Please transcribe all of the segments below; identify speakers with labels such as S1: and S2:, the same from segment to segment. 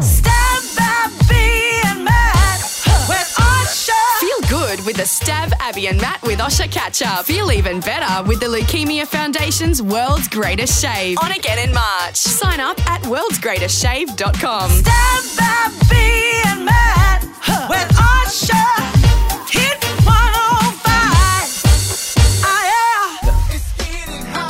S1: Stab by being mad when Usher.
S2: Feel good with the Stab Abby and Matt with Osha Catch Up. Feel even better with the Leukemia Foundation's World's Greatest Shave. On again in March. Sign up at worldsgreatestshave.com.
S1: Stab by being mad when Usher hit 105. I am.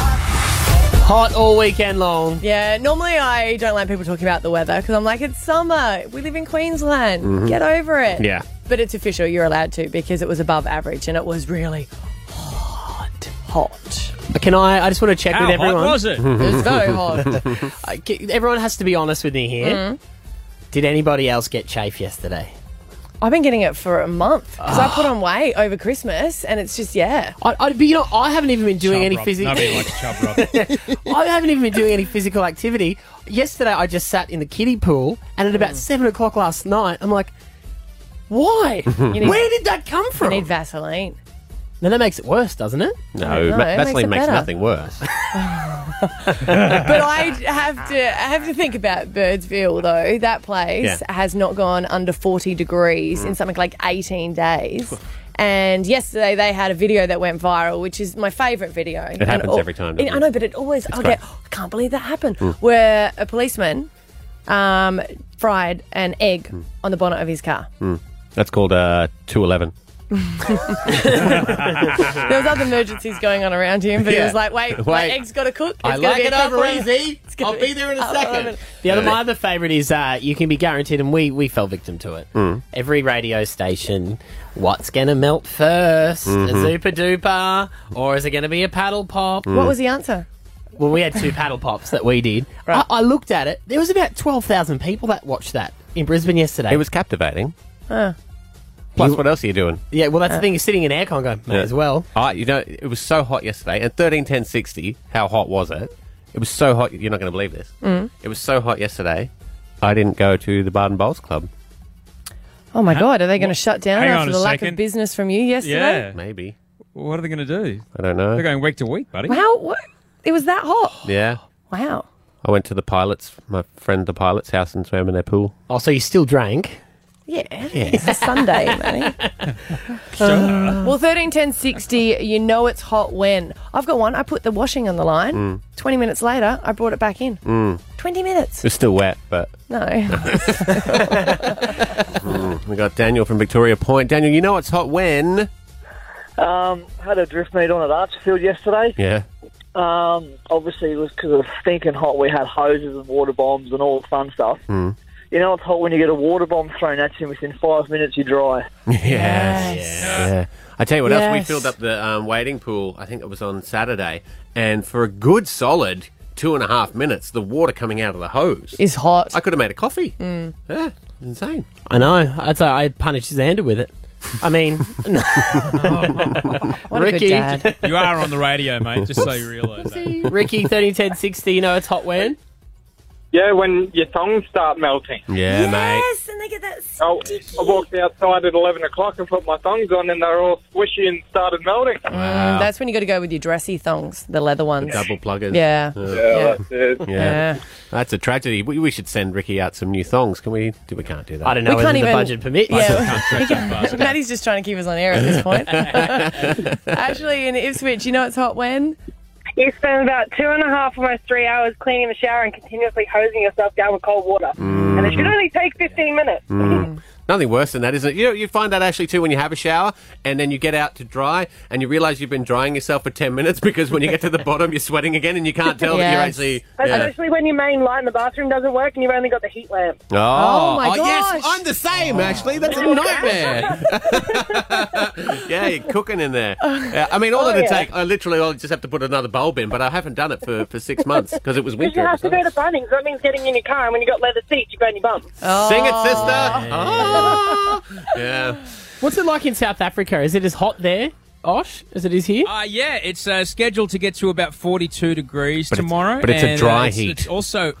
S3: Hot all weekend long.
S4: Yeah, normally I don't like people talking about the weather because I'm like, it's summer. We live in Queensland. Get over it.
S3: Mm-hmm. Yeah.
S4: But it's official. You're allowed to because it was above average and it was really hot. Hot.
S3: Can I? I just want to check
S5: How
S3: with
S5: hot
S3: everyone.
S5: was it?
S4: It was very hot.
S3: Uh, g- everyone has to be honest with me here.
S4: Mm.
S3: Did anybody else get chafe yesterday?
S4: I've been getting it for a month because I put on weight over Christmas and it's just, yeah.
S3: Ah. I, I, but you know, I haven't even been doing any physical.
S5: Nobody likes chub rub.
S3: I haven't even been doing any physical activity. Yesterday, I just sat in the kiddie pool, and at
S4: Mm.
S3: about seven o'clock last night, I'm like, "Why?
S4: need-
S3: Where did that come
S4: I
S3: from?"
S4: need Vaseline.
S3: Then that makes it worse, doesn't it?
S6: No,
S4: No,
S6: ma-
S4: it
S6: Vaseline makes,
S4: makes it better.
S6: nothing worse.
S4: But I have to I have to think about Birdsville though. That place
S3: Yeah.
S4: has not gone under 40 degrees in something like 18 days. And yesterday they had a video that went viral, which is my favourite video. It
S6: happens every time, doesn't
S4: I
S6: it?
S4: know, but it always I get. I can't believe that happened. Where a policeman um, fried an egg on the bonnet of his car.
S6: Hmm. That's called uh, 211.
S4: There was other emergencies going on around him, but he
S3: Yeah.
S4: was like, "Wait, my
S3: Wait.
S4: egg's got to cook. It's
S3: I
S4: gonna
S3: like
S4: be
S3: it
S4: a couple
S3: over
S4: of-
S3: easy.
S4: gonna
S3: I'll
S4: be-
S3: be there in a
S4: I'll love
S3: second.
S4: it.
S3: The other, my other favourite is uh, you can be guaranteed, and we, we fell victim to it. Every radio station, what's gonna melt 1st A Zupa Duper, or is it gonna be a paddle pop?
S4: What was the answer?
S3: Well, we had two paddle pops that we did.
S4: Right.
S3: I, I looked at it. There was about twelve thousand people that watched that in Brisbane yesterday. Ah.
S6: It was captivating. Plus, what else are you doing?
S3: yeah. Well, that's the thing. You're sitting in aircon, going may
S6: Yeah.
S3: as well.
S6: Ah, you know, it was so hot yesterday. And thirteen ten sixty, how hot was it? It was so hot. You're not going to believe this.
S3: Mm.
S6: It was so hot yesterday. I didn't go to the Barton Bowls Club.
S4: Oh my God, are they going to shut down
S5: Hang on
S4: after
S5: a
S4: the lack of
S5: second.
S4: business from you yesterday?
S5: yeah.
S6: Maybe
S5: What are they going to do?
S6: I don't know.
S5: They're going week to week, buddy.
S4: How? What? It was that hot.
S6: Yeah,
S4: Wow.
S6: I went to the pilots. My friend, the pilots' house, and swam in their pool.
S3: Oh, so you still drank?
S4: Yeah. It's a Sunday, Manny. Uh, well, 13, 10, 60, you know it's hot when. I've got one. I put the washing on the line. 20 minutes later, I brought it back in. 20 minutes.
S6: Mm. It was still wet, but
S4: No.
S6: Mm. we got Daniel from Victoria Point. Daniel, you know it's hot when?
S7: Um, had a drift meet on at Archfield yesterday.
S6: Yeah.
S7: Um, obviously, it was because it was stinking hot. We had hoses and water bombs and all the fun stuff.
S8: Hmm.
S7: Mm. You know, it's hot when you get a water bomb thrown at you. Within five minutes, you dry.
S6: Yes. Yeah. I tell you what else, we
S4: Yes.
S6: filled up the um, wading pool, I think it was on Saturday, and for a good solid two and a half minutes, the water coming out of the hose.
S4: It's hot. Mm.
S6: I could have made a coffee. Yeah, insane.
S3: I know. I'd say I punished Xander with it. I mean,
S4: What a good
S3: Ricky.
S4: dad.
S5: You are on the radio, mate, just so you realise that.
S3: Ricky, thirty ten sixty. You know it's hot when.
S9: Yeah, when your tongs start melting. Oh,
S6: Yeah, mate.
S1: and they get that
S9: I, I walked outside at 11 o'clock and put my thongs on, and they were all squishy and started melting.
S4: Mm, that's when you got to go with your dressy thongs, the leather ones.
S6: Double pluggers.
S4: Yeah. Yeah.
S9: Yeah, that's it.
S6: Yeah. That's a tragedy. We, we should send Ricky out some new thongs. Can we? Do we can't do that.
S3: I don't know
S4: We
S3: whether
S4: can't
S3: the
S4: even-
S3: budget permits.
S4: Yeah.
S5: Stretch that fast.
S4: Maddie's just trying to keep us on air at this point. Actually, in Ipswich, you know it's hot when?
S10: You spend about two and a half, almost three hours cleaning the shower and continuously hosing yourself down with cold water.
S3: Mm.
S10: And it should only take 15 minutes.
S6: Hmm. Nothing worse than that, isn't it? You know, you find that actually too when you have a shower and then you get out to dry and you realise you've been drying yourself for 10 minutes because when you get to the bottom, you're sweating again and you can't tell that you're
S4: Yes.
S6: actually. Yeah.
S10: Especially when your main light in the bathroom doesn't work and you've only got the heat lamp.
S6: Oh,
S4: my
S6: oh,
S4: gosh.
S6: Yes, I'm the
S3: Oh.
S6: same, actually. That's a nightmare. yeah, you're cooking in there. Yeah, I mean, all it'll
S10: yeah.
S6: take, I literally I'll just have to put another bulb in, but I haven't done it for, for six months because it was
S10: Because
S6: winter.
S10: you
S6: at
S10: have
S6: the
S10: to go
S6: time.
S10: to Bunnings, that means getting in your car, and when you've got leather seats, you burn your bum.
S6: Sing it, sister. Oh. Yeah.
S3: What's it like in South Africa? Is it as hot there, Osh, as it is here?
S5: Uh, yeah, it's uh, scheduled to get to about 42 degrees
S6: But it's-
S5: tomorrow.
S6: but it's a
S5: and, uh,
S6: dry
S5: it's-
S6: heat.
S5: It's also.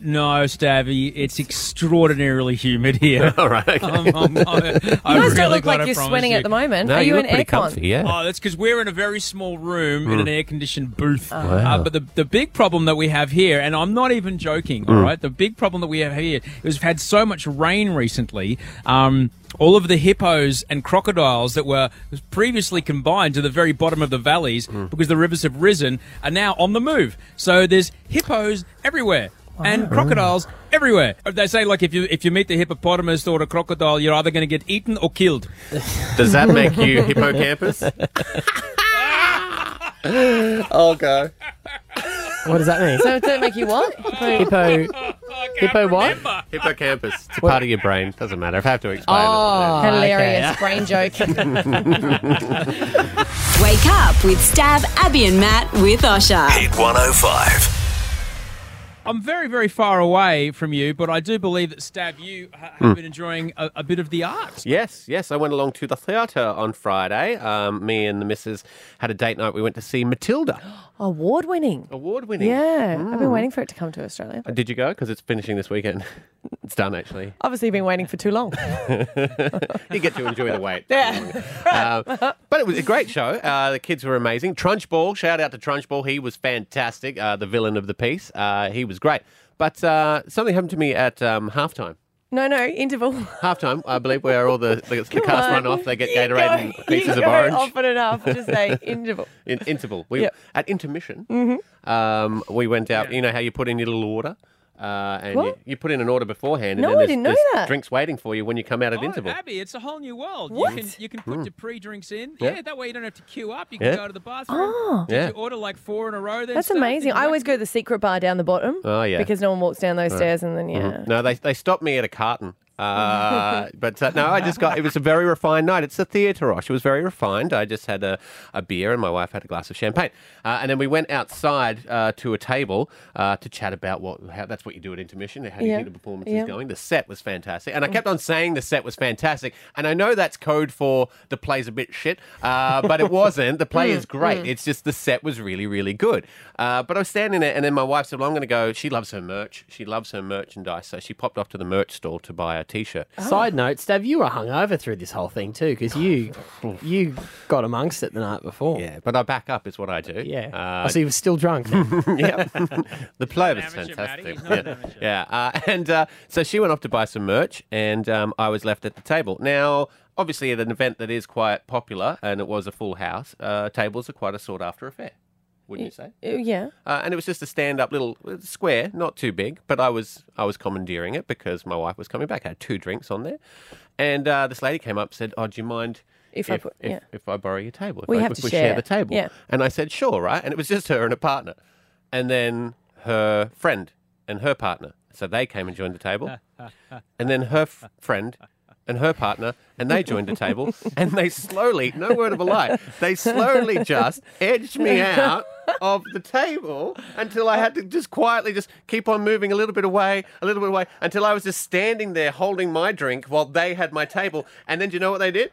S5: No, Stavy, it's extraordinarily humid here. All
S6: right.
S5: I'm, I'm, I'm, I
S4: You
S5: really
S4: guys don't look
S5: gotta
S4: like you're
S5: promise
S4: sweating
S5: you.
S4: at the moment. Are you, in aircon?
S5: Oh, that's because we're in a very small room in
S6: Mm. Oh.
S5: an air-conditioned booth.
S6: Wow.
S5: Uh, but the, the big problem that we have here, and I'm not even joking,
S6: Mm.
S5: all right? The big problem that we have here is we've had so much rain recently. Um, all of the hippos and crocodiles that were previously combined to the very bottom of the valleys
S6: Mm.
S5: because the rivers have risen are now on the move. So there's hippos everywhere. And crocodiles everywhere. Uh, They say like if you if you meet the hippopotamus or the crocodile, you're either going to get eaten or killed.
S6: Does that make you hippocampus? I'll go.
S3: What does that mean?
S4: So does it make you what?
S3: Hippo. Hippo what?
S6: Hippocampus. It's a part of your brain. Doesn't matter. If I have to explain
S4: Oh,
S3: Ah,
S6: it.
S4: hilarious brain joke.
S2: Wake up with Stab, Abby, and Matt with Osha.
S11: Hit 105.
S5: I'm very, very far away from you, but I do believe that Stab, you ha-
S6: Hmm.
S5: have been enjoying a, a bit of the arts.
S6: Yes, yes. I went along to the theatre on Friday. Um, me and the missus had a date night. We went to see Matilda.
S4: Award winning.
S6: Award winning.
S4: Yeah.
S5: Mm.
S4: I've been waiting for it to come to Australia.
S6: Uh, Did you go? Because it's finishing this weekend. It's done, actually.
S4: Obviously, been waiting for too long.
S6: you get to enjoy the wait. Yeah. Um, but it was a great show. Uh, the kids were amazing. Trunchbull, shout out to Trunchbull. He was fantastic, uh, the villain of the piece. Uh, he was great. But uh, something happened to me at um, halftime.
S4: No, no, interval.
S6: Halftime, I believe, where all the, the, the
S4: Come
S6: cast
S4: on.
S6: run off, they get
S4: You
S6: Gatorade
S4: go-
S6: and pieces
S4: you
S6: of
S4: go
S6: orange.
S4: Often enough, just say interval.
S6: In interval. We,
S4: Yep.
S6: At intermission,
S3: Mm-hmm.
S6: um, we went out. You know how you put in your little order? Uh, and you,
S4: What?
S6: you put in an order beforehand, and then
S4: No, I
S6: there's,
S4: didn't know
S6: there's
S4: that.
S6: drinks waiting for you when you come out at
S5: Oh,
S6: interval.
S5: Abby, it's a whole new world.
S4: What?
S5: You can you can put your pre-drinks in.
S6: Hmm. Yeah.
S5: Yeah. that way you don't have to queue up. You can
S6: Yeah.
S5: go to the bathroom.
S4: Oh.
S5: Did
S6: Yeah.
S5: you order like four in a row? Then
S4: That's
S5: Stab?
S4: amazing.
S5: Did you
S4: I always go to the secret bar down the bottom.
S6: Oh, yeah.
S4: Because no one walks down those stairs, and then
S3: Mm-hmm.
S4: yeah.
S6: Mm-hmm. No, they, they stopped me at a carton. Uh, but uh, no, I just got. It was a very refined night. It's a theatre, Rosh. It was very refined. I just had a, a beer and my wife had a glass of champagne, uh, and then we went outside uh, to a table uh, to chat about what. How, that's what you do at intermission. How do you
S4: Yeah.
S6: think the performance
S4: Yeah. Mm.
S6: is going? The set was fantastic, and I kept on saying the set was fantastic, and I know that's code for the play's a bit shit, uh, but it wasn't. The
S3: Mm,
S6: play is great. It's just the set was really, really good. Uh, but I was standing there, and then my wife said, "Well, I'm going to go." She loves her merch. She loves her merchandise, so she popped off to the merch store to buy a T-shirt.
S3: Side note, Stav, you were hungover through this whole thing too because you you got amongst it the night before.
S6: Yeah, but I back up is what I do.
S3: Yeah.
S6: Uh,
S3: oh, so you were still drunk.
S6: yeah. the play was
S5: amateur, Matty.
S6: fantastic.
S5: He's not
S6: Yeah. yeah. Uh, and uh, so she went off to buy some merch, and um, I was left at the table. Now, obviously, at an event that is quite popular and it was a full house, uh, tables are quite a sought after affair, wouldn't you say?
S4: Uh, Yeah.
S6: Uh, and it was just a stand-up little uh, square, not too big, but I was I was commandeering it because my wife was coming back. I had two drinks on there, and uh, this lady came up said, "Oh, do you mind
S4: If I put-
S6: if,
S4: yeah.
S6: if I borrow your table? If
S4: We
S6: I,
S4: have
S6: if
S4: to
S6: we
S4: share.
S6: the table?"
S4: Yeah.
S6: And I said, "Sure, right." And it was just her and a partner, and then her friend and her partner. So they came and joined the table,
S8: Oh.
S6: and then her f- friend. And her partner, and they joined the table, and they slowly, no word of a lie, they slowly just edged me out of the table until I had to just quietly just keep on moving a little bit away, a little bit away, until I was just standing there holding my drink while they had my table. And then do you know what they did?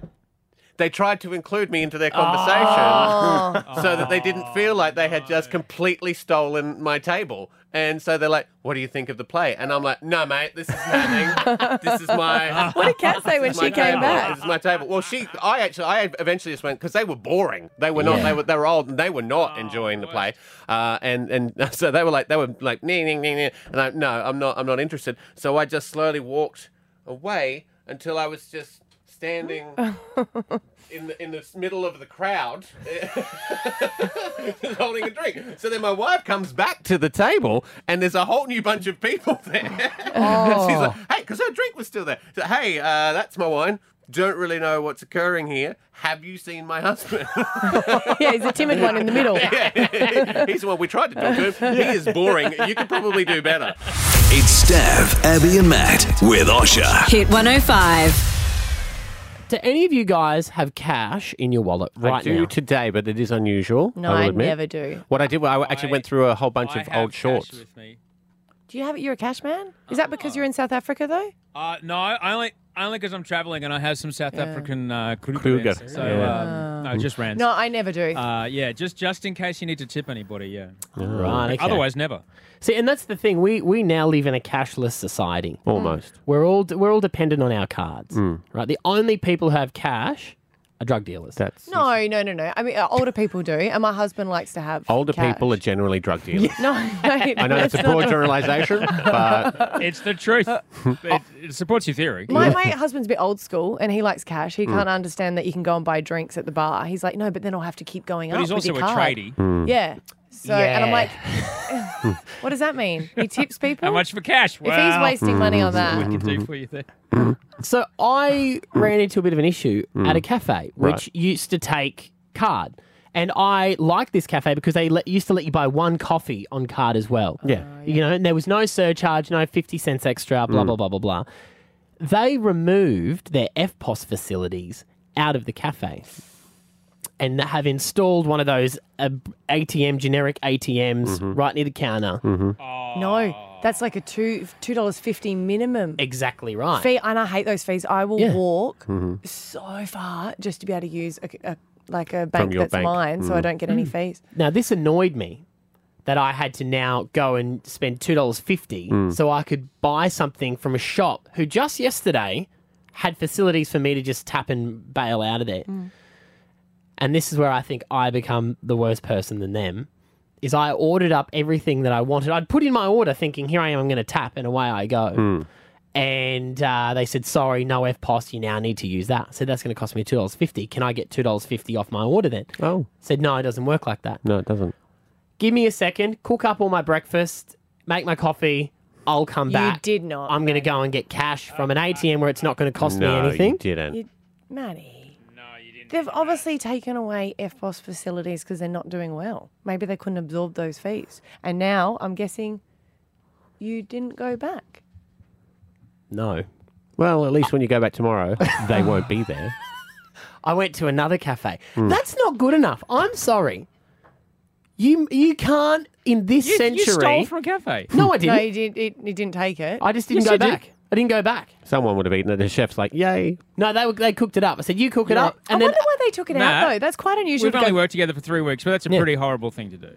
S6: They tried to include me into their conversation so that they didn't feel like they had just completely stolen my table. And so they're like, "What do you think of the play?" And I'm like, "No, mate, this is happening. this is my
S4: What did Kat say when
S6: this is my
S4: she came
S6: table.
S4: back?
S6: This is my table. Well, she, I actually, I eventually just went because they were boring. They were not. They were they were old and they were not enjoying the play. Uh, and and so they were like they were like nee, nee, nee, nee. and I no, I'm not I'm not interested. So I just slowly walked away until I was just standing. In the, in the middle of the crowd, just holding a drink. So then my wife comes back to the table, and there's a whole new bunch of people there. And she's like,
S4: Oh.
S6: hey, because her drink was still there. So, hey, uh, that's my wine. Don't really know what's occurring here. Have you seen my husband?
S4: Yeah, he's a timid one in the middle.
S6: He's the one we tried to talk to. Him. He is boring. You could probably do better.
S11: It's Stav, Abby, and Matt with Osha.
S2: Hit 105.
S3: Do any of you guys have cash in your wallet right
S6: I do
S3: now?
S6: today, but it is unusual.
S4: No, I, never do.
S6: What I did, well, I actually went through a whole bunch
S5: I
S6: of
S5: have
S6: old
S5: cash
S6: shorts.
S5: with me.
S4: Do you have it? You're a cash man? Is that because you're in South Africa, though?
S5: Uh, no, I only Only because I'm traveling and I have some South
S4: Yeah. Oh.
S5: African uh, kruger.
S6: Kruger.
S5: So
S6: Yeah.
S5: um, no, just rants.
S4: No, I never do.
S5: Uh, yeah, just just in case you need to tip anybody. Yeah.
S6: Oh.
S3: Right. okay.
S5: Otherwise, never.
S3: See, and that's the thing. We we now live in a cashless society. Mm.
S6: Almost. Mm.
S3: We're all we're all dependent on our cards, right? The only people who have cash are drug dealers.
S6: That's
S4: no, no, no, no. I mean, uh, older people do, and my husband likes to have
S6: older
S4: cash.
S6: people are generally drug dealers.
S4: No,
S6: I know that's a broad generalisation, but
S5: It's the truth. it, it supports your theory.
S4: Uh, My, my husband's a bit old school and he likes cash.
S5: Mm.
S4: He can't understand that you can go and buy drinks at the bar. He's like, no, but then I'll have to keep going
S5: But
S4: up.
S5: he's
S4: with
S5: also
S4: your
S5: a
S4: card."
S5: tradie.
S4: Yeah. So, and I'm
S3: Yeah.
S4: like, what does that mean? He tips people?
S5: How much for cash?
S4: If he's wasting money
S6: Hmm.
S4: on
S5: we
S4: that.
S5: can do for you there.
S3: So I ran into a bit of an issue at a cafe, which used to take card. And I liked this cafe because they let, used to let you buy one coffee on card as well.
S6: Yeah.
S3: You know, and there was no surcharge, no 50 cents extra, blah, blah, blah, blah, blah. They removed their FPOS facilities out of the cafe and have installed one of those uh, ATM, generic ATMs right near the counter.
S4: No, that's like a two two dollars fifty minimum
S3: Exactly right.
S4: fee, and I hate those fees. I will
S3: Yeah.
S4: walk so far just to be able to use a, a like a bank
S6: your
S4: that's
S6: bank.
S4: mine,
S3: Mm.
S4: so I don't get any fees.
S3: Now this annoyed me that I had to now go and spend two dollars fifty so I could buy something from a shop who just yesterday had facilities for me to just tap and bail out of there. And this is where I think I become the worse person than them. Is I ordered up everything that I wanted. I'd put in my order thinking, here I am, I'm going to tap, and away I go.
S6: Mm. Hmm.
S3: And uh, they said, sorry, no FPOS, you now need to use that. I said, that's going to cost me $2.50. Can I get $2.50 off my order then?
S6: oh
S3: Said, no, it doesn't work like that
S6: no, it doesn't.
S3: give me a second, cook up all my breakfast, make my coffee, I'll come back.
S4: did not,
S3: I'm going to go and get cash from an ATM where it's not going to cost
S6: no,
S3: me anything.
S6: you didn't.
S4: You, Maddie. No, you didn't. They've obviously taken away FBOS facilities because they're not doing well. Maybe they couldn't absorb those fees, and now I'm guessing you didn't go back.
S3: No.
S6: Well, at least when you go back tomorrow, they won't be there.
S3: I went to another cafe.
S6: Hmm.
S3: That's not good enough. I'm sorry. You you can't in this
S5: You,
S3: century.
S5: you stole from a cafe.
S3: no, I didn't.
S4: No, you didn't. It, you didn't take it.
S3: I just didn't
S5: Yes,
S3: go
S5: you did.
S3: back. I didn't go back.
S6: Someone would have eaten it. The chef's like, "Yay!"
S3: No, they were- they cooked it up. I said you cook it up,
S4: I
S3: and then
S4: wonder why they took it
S5: Matt,
S4: out though. That's quite unusual.
S5: We've
S4: to
S5: only
S4: go-
S5: worked together for three weeks, but that's a
S3: Yeah.
S5: pretty horrible thing to do.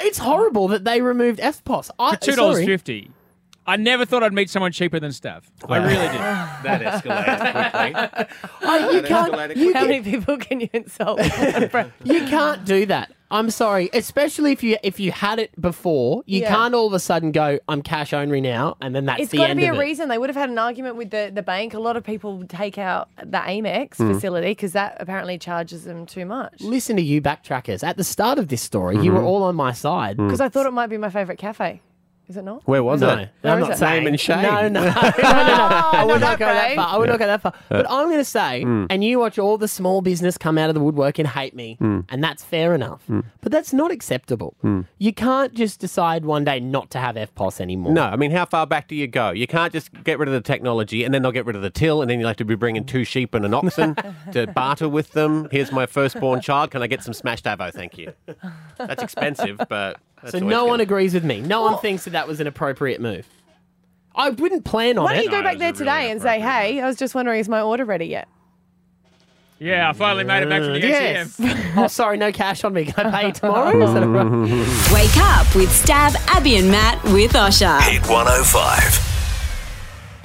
S3: it's horrible that they removed FPOS. I,
S4: Uh,
S5: For two dollars
S3: sorry.
S5: fifty, I never thought I'd meet someone cheaper than Stav. I really did.
S6: That escalated quickly.
S3: I- you can't.
S6: escalated
S3: You,
S4: How many people can you insult?
S3: You can't do that. I'm sorry, especially if you if you had it before. You
S4: Yeah.
S3: can't all of a sudden go, "I'm cash only now," and then that's
S4: It's
S3: the
S4: got to
S3: end
S4: be
S3: of
S4: a
S3: it.
S4: reason. They would have had an argument with the, the bank. A lot of people take out the Amex
S3: Hmm.
S4: facility because that apparently charges them too much.
S3: Listen to you backtrackers. At the start of this story, you were
S6: Mm-hmm.
S3: all on my side.
S4: Because I thought it might be my favourite cafe. Is it not?
S6: Mm. Where was
S3: No,
S6: it?
S3: no,
S4: Where
S3: I'm
S4: is
S3: not
S4: it?
S3: saying
S6: Name and shame.
S3: No, no, no, no, no. I would not go that
S4: brave.
S3: far. I would not go that far. But I'm going to say,
S6: Mm.
S3: and you watch all the small business come out of the woodwork and hate me,
S6: Mm.
S3: and that's fair enough. But that's not acceptable. You can't just decide one day not to have FPOS anymore.
S6: No, I mean, how far back do you go? You can't just get rid of the technology and then they'll get rid of the till, and then you'll have to be bringing two sheep and an oxen to barter with them. Here's my firstborn child. Can I get some smashed avo? Thank you. That's expensive, but. That's
S3: So
S6: always
S3: no one
S6: good.
S3: agrees with me. No one thinks that that was an appropriate move. I wouldn't plan on
S4: Why don't
S3: it.
S4: you go back there today and say, hey, I was just wondering, is my order ready yet?
S5: Yeah, I finally made it back from the
S3: yes.
S5: ATM.
S3: oh, sorry, no cash on me. Can I pay tomorrow? Oh, Is that all right?
S2: Wake up with Stab, Abby, and Matt with Osha.
S11: Hit 105.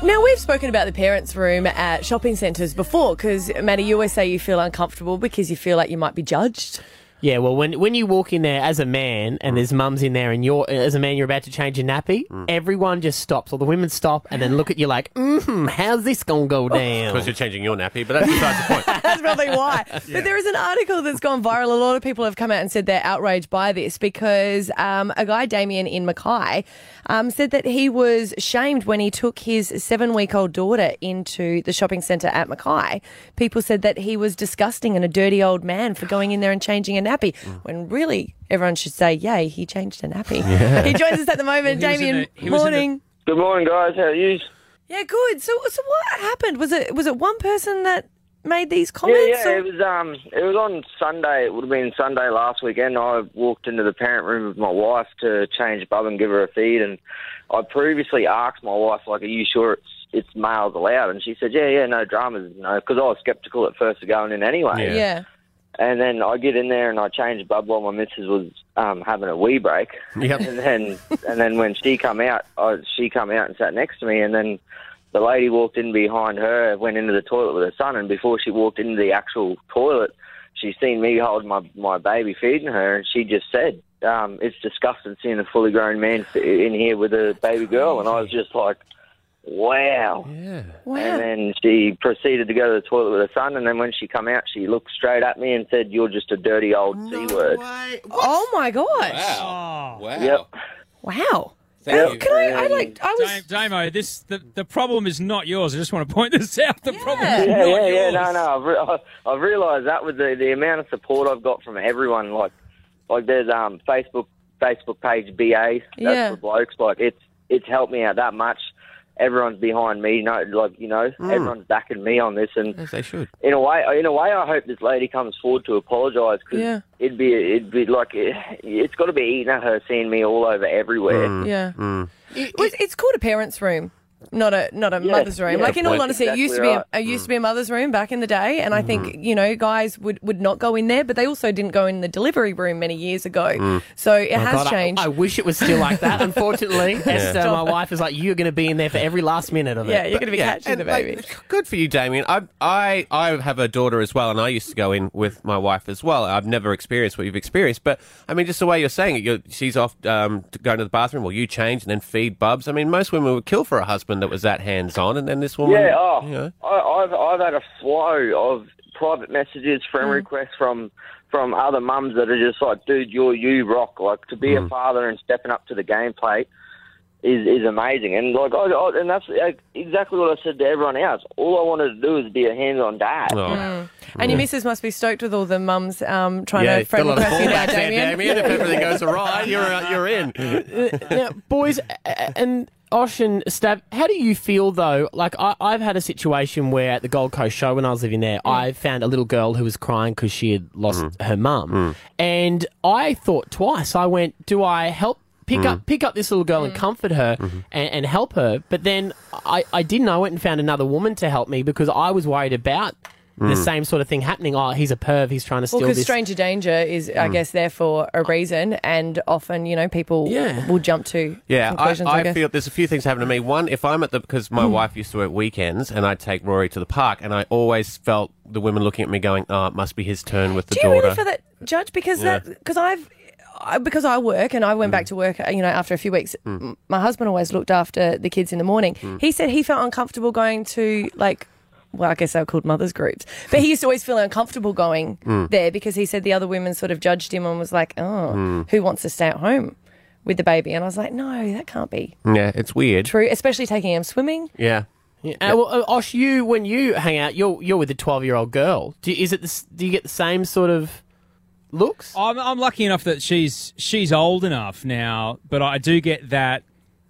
S4: Now, we've spoken about the parents' room at shopping centres before because, Maddie, you always say you feel uncomfortable because you feel like you might be judged.
S3: yeah. Well, when when you walk in there as a man and there's mums in there, and you're as a man you're about to change your nappy,
S5: Mm.
S3: everyone just stops. All the women stop and then look at you like, mm, how's this gonna go down?
S6: Because Oh, you're changing your nappy, but that's besides the point.
S4: That's probably why. But there is an article that's gone viral. A lot of people have come out and said they're outraged by this because um, a guy, Damien in Mackay, um, said that he was shamed when he took his seven week old daughter into the shopping centre at Mackay. People said that he was disgusting and a dirty old man for going in there and changing a nappy when really everyone should say, Yay, he changed a nappy. He joins us at the moment.
S5: Well, he was in
S4: Damien,
S5: the- Uh, he was in the-
S4: morning.
S7: Good morning, guys. How are you?
S4: yeah, good. So, so what happened? Was it was it one person that made these
S7: Yeah,
S4: comments?
S7: yeah.
S4: or-
S7: It was um, it was on Sunday. It would have been Sunday last weekend. I walked into the parent room with my wife to change Bub and give her a feed, and I previously asked my wife, like, "Are you sure it's
S12: it's males allowed. And she said, yeah, yeah, no dramas, no, because I was sceptical at first of going in anyway.
S4: Yeah.
S12: And then I get in there and I change the bub while my missus was um, having a wee break.
S6: Yep.
S12: And then and then when she come out, I, she come out and sat next to me. And then the lady walked in behind her, went into the toilet with her son. And before she walked into the actual toilet, she seen me holding my my baby, feeding her, and she just said, um, "It's disgusting seeing a fully grown man f- in here with a baby girl." And I was just like, "Wow."
S6: Yeah.
S12: And then she proceeded to go to the toilet with her son, and then when she come out, she looked straight at me and said, "You're just a dirty old c word."
S4: Oh my gosh.
S12: Wow.
S6: Wow.
S12: Yep.
S4: Wow.
S5: Thank
S4: Well,
S5: you.
S4: Can I, I like, I was,
S5: Damo, Damo, this the, the problem is not yours. I just want to point this out. The problem is
S12: Yeah,
S5: not
S12: yeah, yeah.
S5: yours.
S12: No, no. I've, re- I've realised that with the, the amount of support I've got from everyone. Like, like there's um Facebook Facebook page BA. That's
S4: Yeah.
S12: for blokes. Like it's it's helped me out that much. Everyone's behind me. You know, like you know,
S5: Mm.
S12: everyone's backing me on this. And
S6: As they should.
S12: in a way, in a way, I hope this lady comes forward to apologise because
S4: Yeah.
S12: it'd be it'd be like it, it's got to be eating at her seeing me all over everywhere.
S6: Mm.
S4: yeah.
S8: Hmm,
S4: Well, it's- it's called a parents' room. Not a not a
S12: Yeah,
S4: mother's room.
S12: yeah.
S4: like in all
S12: That's
S4: honesty, it used to be
S12: exactly
S4: a,
S12: right.
S4: it used to be a mother's room back in the day, and I think you know guys would, would not go in there, but they also didn't go in the delivery room many years ago.
S5: Mm.
S4: So it
S3: Oh,
S4: has
S3: God, I-
S4: changed.
S3: I, wish it was still like that. Unfortunately, Esther, my wife is like, you're going to be in there for every last minute of it.
S4: yeah, you're going to be
S6: Yeah,
S4: catching
S6: and,
S4: the baby.
S6: like, good for you, Damien. I, I, I have a daughter as well, and I used to go in with my wife as well. I've never experienced what you've experienced, but I mean, just the way you're saying it, you're, she's off um, to going to the bathroom, well, you change and then feed Bubs. I mean, most women would kill for a husband that was that hands on, and then this woman,
S12: Yeah, oh,
S6: you know.
S12: I, I've I've had a flow of private messages,
S4: Mm.
S12: friend requests from from other mums that are just like, dude, you're you rock. Like to
S6: Mm.
S12: be a father and stepping up to the game plate is is amazing. And like, I, I, and that's like, exactly what I said to everyone else. All I wanted to do is be a hands-on dad.
S6: Oh.
S4: Mm. And your missus must be stoked with all the mums um, trying
S6: Yeah,
S4: to
S6: got a
S4: friend
S6: lot of
S4: request you now,
S6: fallback there,
S4: Damien.
S6: Damien. If everything goes awry, you're out- you're in.
S3: now, boys a- a- and Osh and Stab, how do you feel though? Like I, I've had a situation where at the Gold Coast show when I was living there, I found a little girl who was crying because she had lost her mum, and I thought twice. I went, "Do I help pick up pick up this little girl and comfort her and, and help her?" But then I, I didn't. I went and found another woman to help me because I was worried about. The same sort of thing happening. Oh, he's a perv. He's trying to steal
S4: Well, because
S3: this.
S4: stranger danger is, I guess, there for a reason, and often you know people
S3: Yeah.
S4: will jump to
S6: Yeah, I,
S4: conclusions.
S6: I
S4: guess. Hmm.
S6: feel there's a few things happening to me. One, if I'm at the because my wife used to work weekends, and I take Rory to the park, and I always felt the women looking at me going, "Oh, it must be his turn with the
S4: Do you
S6: daughter."
S4: really feel that, Judge? Because that because I've I, because I work and I went
S6: Mm.
S4: back to work. uh, You know, after a few weeks, m my husband always looked after the kids in the morning.
S6: Mm.
S4: He said he felt uncomfortable going to like. Well, I guess they were called mothers' groups, but he used to always feel uncomfortable going
S6: Mm.
S4: there because he said the other women sort of judged him and was like, "Oh,
S6: Mm.
S4: who wants to stay at home with the baby?" And I was like, "No, that can't be
S6: yeah, it's weird.
S4: true." Especially taking him swimming.
S6: Yeah.
S3: Yeah. Uh, well, uh, Osh, you when you hang out, you're you're with a twelve year old girl. Do, is it? The, s- do you get the same sort of looks?
S5: I'm, I'm lucky enough that she's she's old enough now, but I do get that.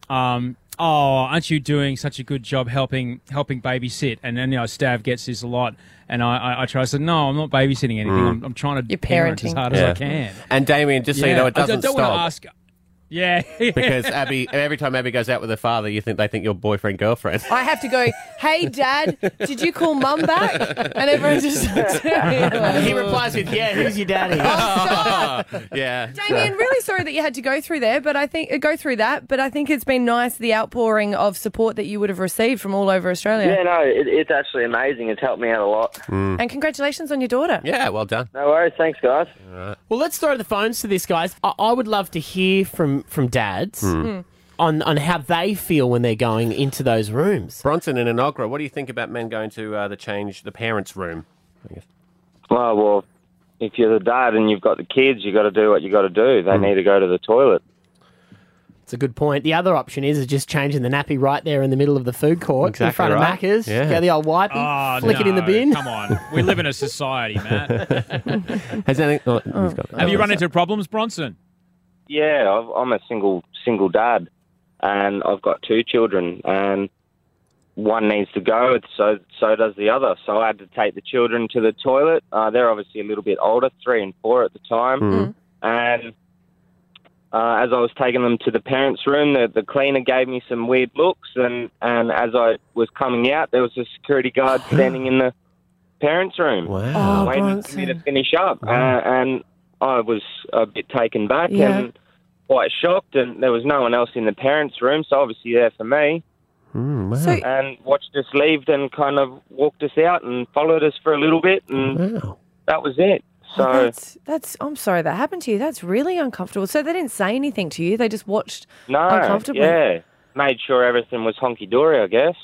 S5: Um, oh, aren't you doing such a good job helping helping babysit? And then you know, Stav gets this a lot, and I I, I try to say, no, I'm not babysitting anything. I'm, I'm trying to
S4: You're
S5: parent as
S4: parenting.
S5: hard
S6: Yeah.
S5: as I can.
S6: And Damien, just so you
S5: Yeah,
S6: know, it
S5: I- I,
S6: doesn't
S5: don't
S6: stop
S5: want to ask. Yeah,
S6: because Abby. Every time Abby goes out with her father, you think they think you're boyfriend girlfriend.
S4: I have to go, hey, Dad, did you call Mum back? And everyone just looks at me like,
S3: he replies with, "Yeah, who's your daddy?"
S6: yeah.
S4: Damien, really sorry that you had to go through there, but I think uh, go through that. But I think it's been nice the outpouring of support that you would have received from all over Australia.
S12: Yeah, no, it, it's actually amazing. It's helped me out a lot.
S4: And congratulations on your daughter.
S6: Mm. Yeah. Well done.
S12: No worries. Thanks, guys.
S3: well, let's throw the phones to this, guys. I, I would love to hear from from dads
S6: Hmm.
S3: Hmm.
S4: Hmm.
S3: on on how they feel when they're going into those rooms.
S6: Bronson and Inagra, what do you think about men going to uh, the change the parents' room?
S12: Well, well, if you're the dad and you've got the kids, you got to do what you got to do.
S10: Hmm.
S12: They need to go to the toilet.
S3: It's a good point. The other option is is just changing the nappy right there in the middle of the food court in
S6: Exactly
S3: front
S6: right.
S3: of Macca's.
S6: Yeah.
S3: Go the old wipey,
S5: Oh,
S3: flick it in the
S5: no.
S3: bin.
S5: Come on, we live in a society, man.
S6: Has anything? Oh, he's got
S5: Have you run into problems, Bronson?
S12: Yeah, I've, I'm a single single dad, and I've got two children, and one needs to go, so so does the other. So I had to take the children to the
S3: Mm.
S6: Hmm.
S12: toilet. Uh, they're obviously a little bit older, three and four at the time, and
S13: Uh, as I was taking them to the parents' room, the, the cleaner gave me some weird looks, and, and as I was coming out, there was a security guard standing in the parents' room,
S6: wow.
S13: waiting for me to finish up, uh, and I was a bit taken back
S6: Yeah.
S13: and quite shocked, and there was no one else in the parents' room, so obviously there for me
S6: Mm, wow.
S13: and watched us leave and kind of walked us out and followed us for a little bit and that was it. So
S4: Oh, that's, that's. I'm sorry that happened to you. That's really uncomfortable. So they didn't say anything to you. They just watched
S13: no,
S4: uncomfortably.
S13: yeah, made sure everything was honky dory, I guess.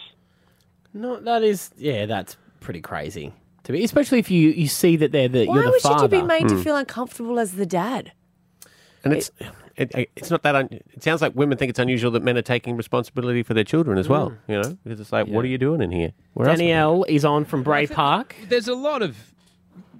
S3: No, that is yeah, that's pretty crazy to me, especially if you you see that they're the
S4: Why
S3: you're the
S4: would should you
S3: father. Hmm.
S4: be made to feel uncomfortable as the dad?
S6: And it's it, it's not that un- it sounds like women think it's unusual that men are taking responsibility for their children as
S3: Mm.
S6: well. You know, because it's like, what are you doing in here? Where else-
S3: Danielle is on from Bray Park.
S5: There's a lot of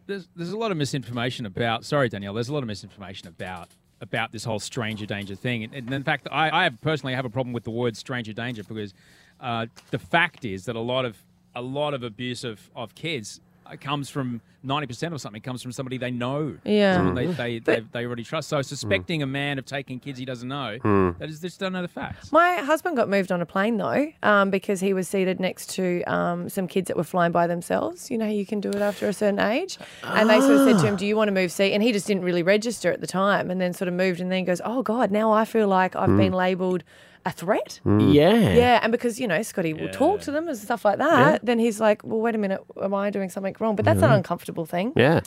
S5: there's there's a lot of misinformation about. Sorry, Danielle. There's a lot of misinformation about about this whole stranger danger thing. And, and in fact, I, I have personally have a problem with the word stranger danger because uh, the fact is that a lot of a lot of abuse of of kids uh, comes from 90% of something comes from somebody they know
S4: Yeah.
S5: Someone they,
S4: Mm.
S5: they, they, they already trust so suspecting a man of taking kids he doesn't know
S4: Mm.
S5: that is just don't know the facts
S4: My husband got moved on a plane though, um, because he was seated next to um, some kids that were flying by themselves. You know, how you can do it after a certain age. And they sort of said to him, "Do you want to move seat?" And he just didn't really register at the time, and then sort of moved, and then goes, "Oh God, now I feel like I've
S3: Mm.
S4: been labelled a threat."
S3: Mm. Yeah.
S4: yeah, and because you know Scotty will talk to them and stuff like that,
S6: Yeah.
S4: then he's like, "Well, wait a minute, am I doing something wrong?" But that's an
S3: Mm-hmm.
S6: Yeah.
S4: uncomfortable thing.
S6: Yeah,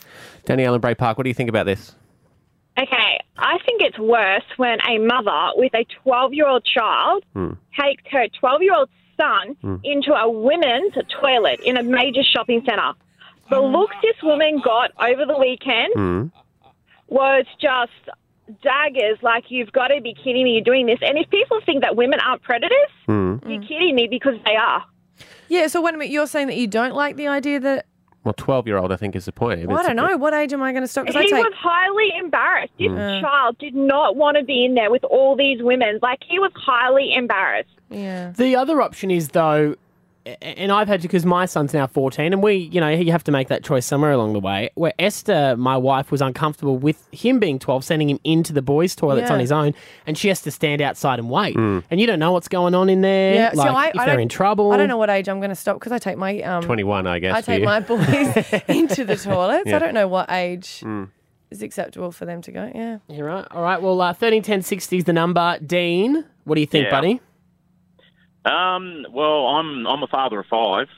S6: Danielle in Bray Park. What do you think about this?
S14: Okay, I think it's worse when a mother with a 12 year old child
S8: hmm,
S14: takes her 12 year old son
S1: Hmm.
S14: into a women's toilet in a major shopping centre.
S4: Oh.
S14: The looks this woman got over the weekend
S15: Hmm.
S8: hmm,
S14: was just daggers like, you've got to be kidding me, you're doing this. And if people think that women aren't predators,
S8: hmm.
S14: you're kidding me because they are.
S4: Hmm. Yeah. So wait a minute, you're saying that you don't like the idea that
S6: Well, twelve-year-old, I think, is the point.
S4: well, I don't know what age am I going to stop? 'Cause I
S14: He
S4: take-
S14: was highly embarrassed. This
S4: Mm.
S14: child did not want to be in there with all these women. Like, he was highly embarrassed.
S4: Yeah.
S3: The other option is though, a- and I've had to because my son's now fourteen, and we, you know, you have to make that choice somewhere along the way. Where Esther, my wife, was uncomfortable with him being twelve, sending him into the boys' toilets
S4: Yeah.
S3: on his own, and she has to stand outside and wait,
S6: Mm.
S3: and you don't know what's going on in there.
S4: Yeah,
S3: like,
S4: so I,
S3: if
S4: I
S3: they're
S4: don't-
S3: in trouble,
S4: I don't know what age I'm going to stop because I take my um,
S6: 21, I guess,
S4: I
S6: for
S4: take
S6: you.
S4: my boys into the toilets.
S3: Yeah.
S4: I don't know what age
S6: Mm.
S4: is acceptable for them to go. Yeah.
S3: You're right. All right. Well, uh, thirteen ten sixty is the number. Dean, what do you think,
S16: Yeah.
S3: buddy?
S16: Um, well, I'm I'm a father of five,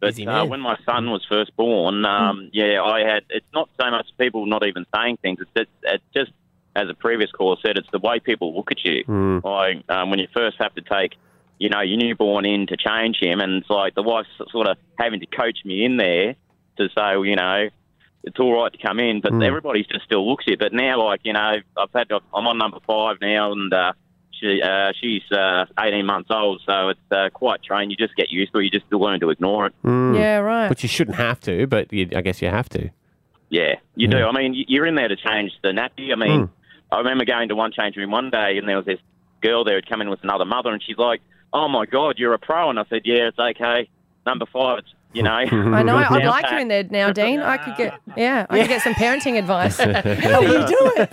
S16: but uh,
S3: man.
S16: when my son was first
S5: Hmm.
S16: born, um, yeah, I had. It's not so much people not even saying things. It's just, it's just as a previous caller said, it's the way people look at you.
S1: Mm.
S16: Like um, when you first have to take, you know, your newborn in to change him, and it's like the wife's sort of having to coach me in there to say, well, you know. It's all right to come in, but everybody just still looks at you. But now, like you know, I've had I'm on number five now, and uh, she, uh, she's uh, 18 months old, so it's uh, quite trained. You just get used to it. You just learn to ignore it.
S4: Yeah, right.
S6: But Hmm. you shouldn't have to. But you, I guess you have to.
S16: Yeah, you
S6: Yeah.
S16: do. I mean, y- you're in there to change the nappy. I mean, I remember going to one change room one day, and there was this girl there who'd come in with another mother, and she's like, "Oh my God, you're a pro!" And I said, "Yeah, it's okay. Number five, it's you know."
S6: Mm.
S4: I know. I'd like you in there now, Dean. I could get yeah. I could get some parenting advice. How do you do it?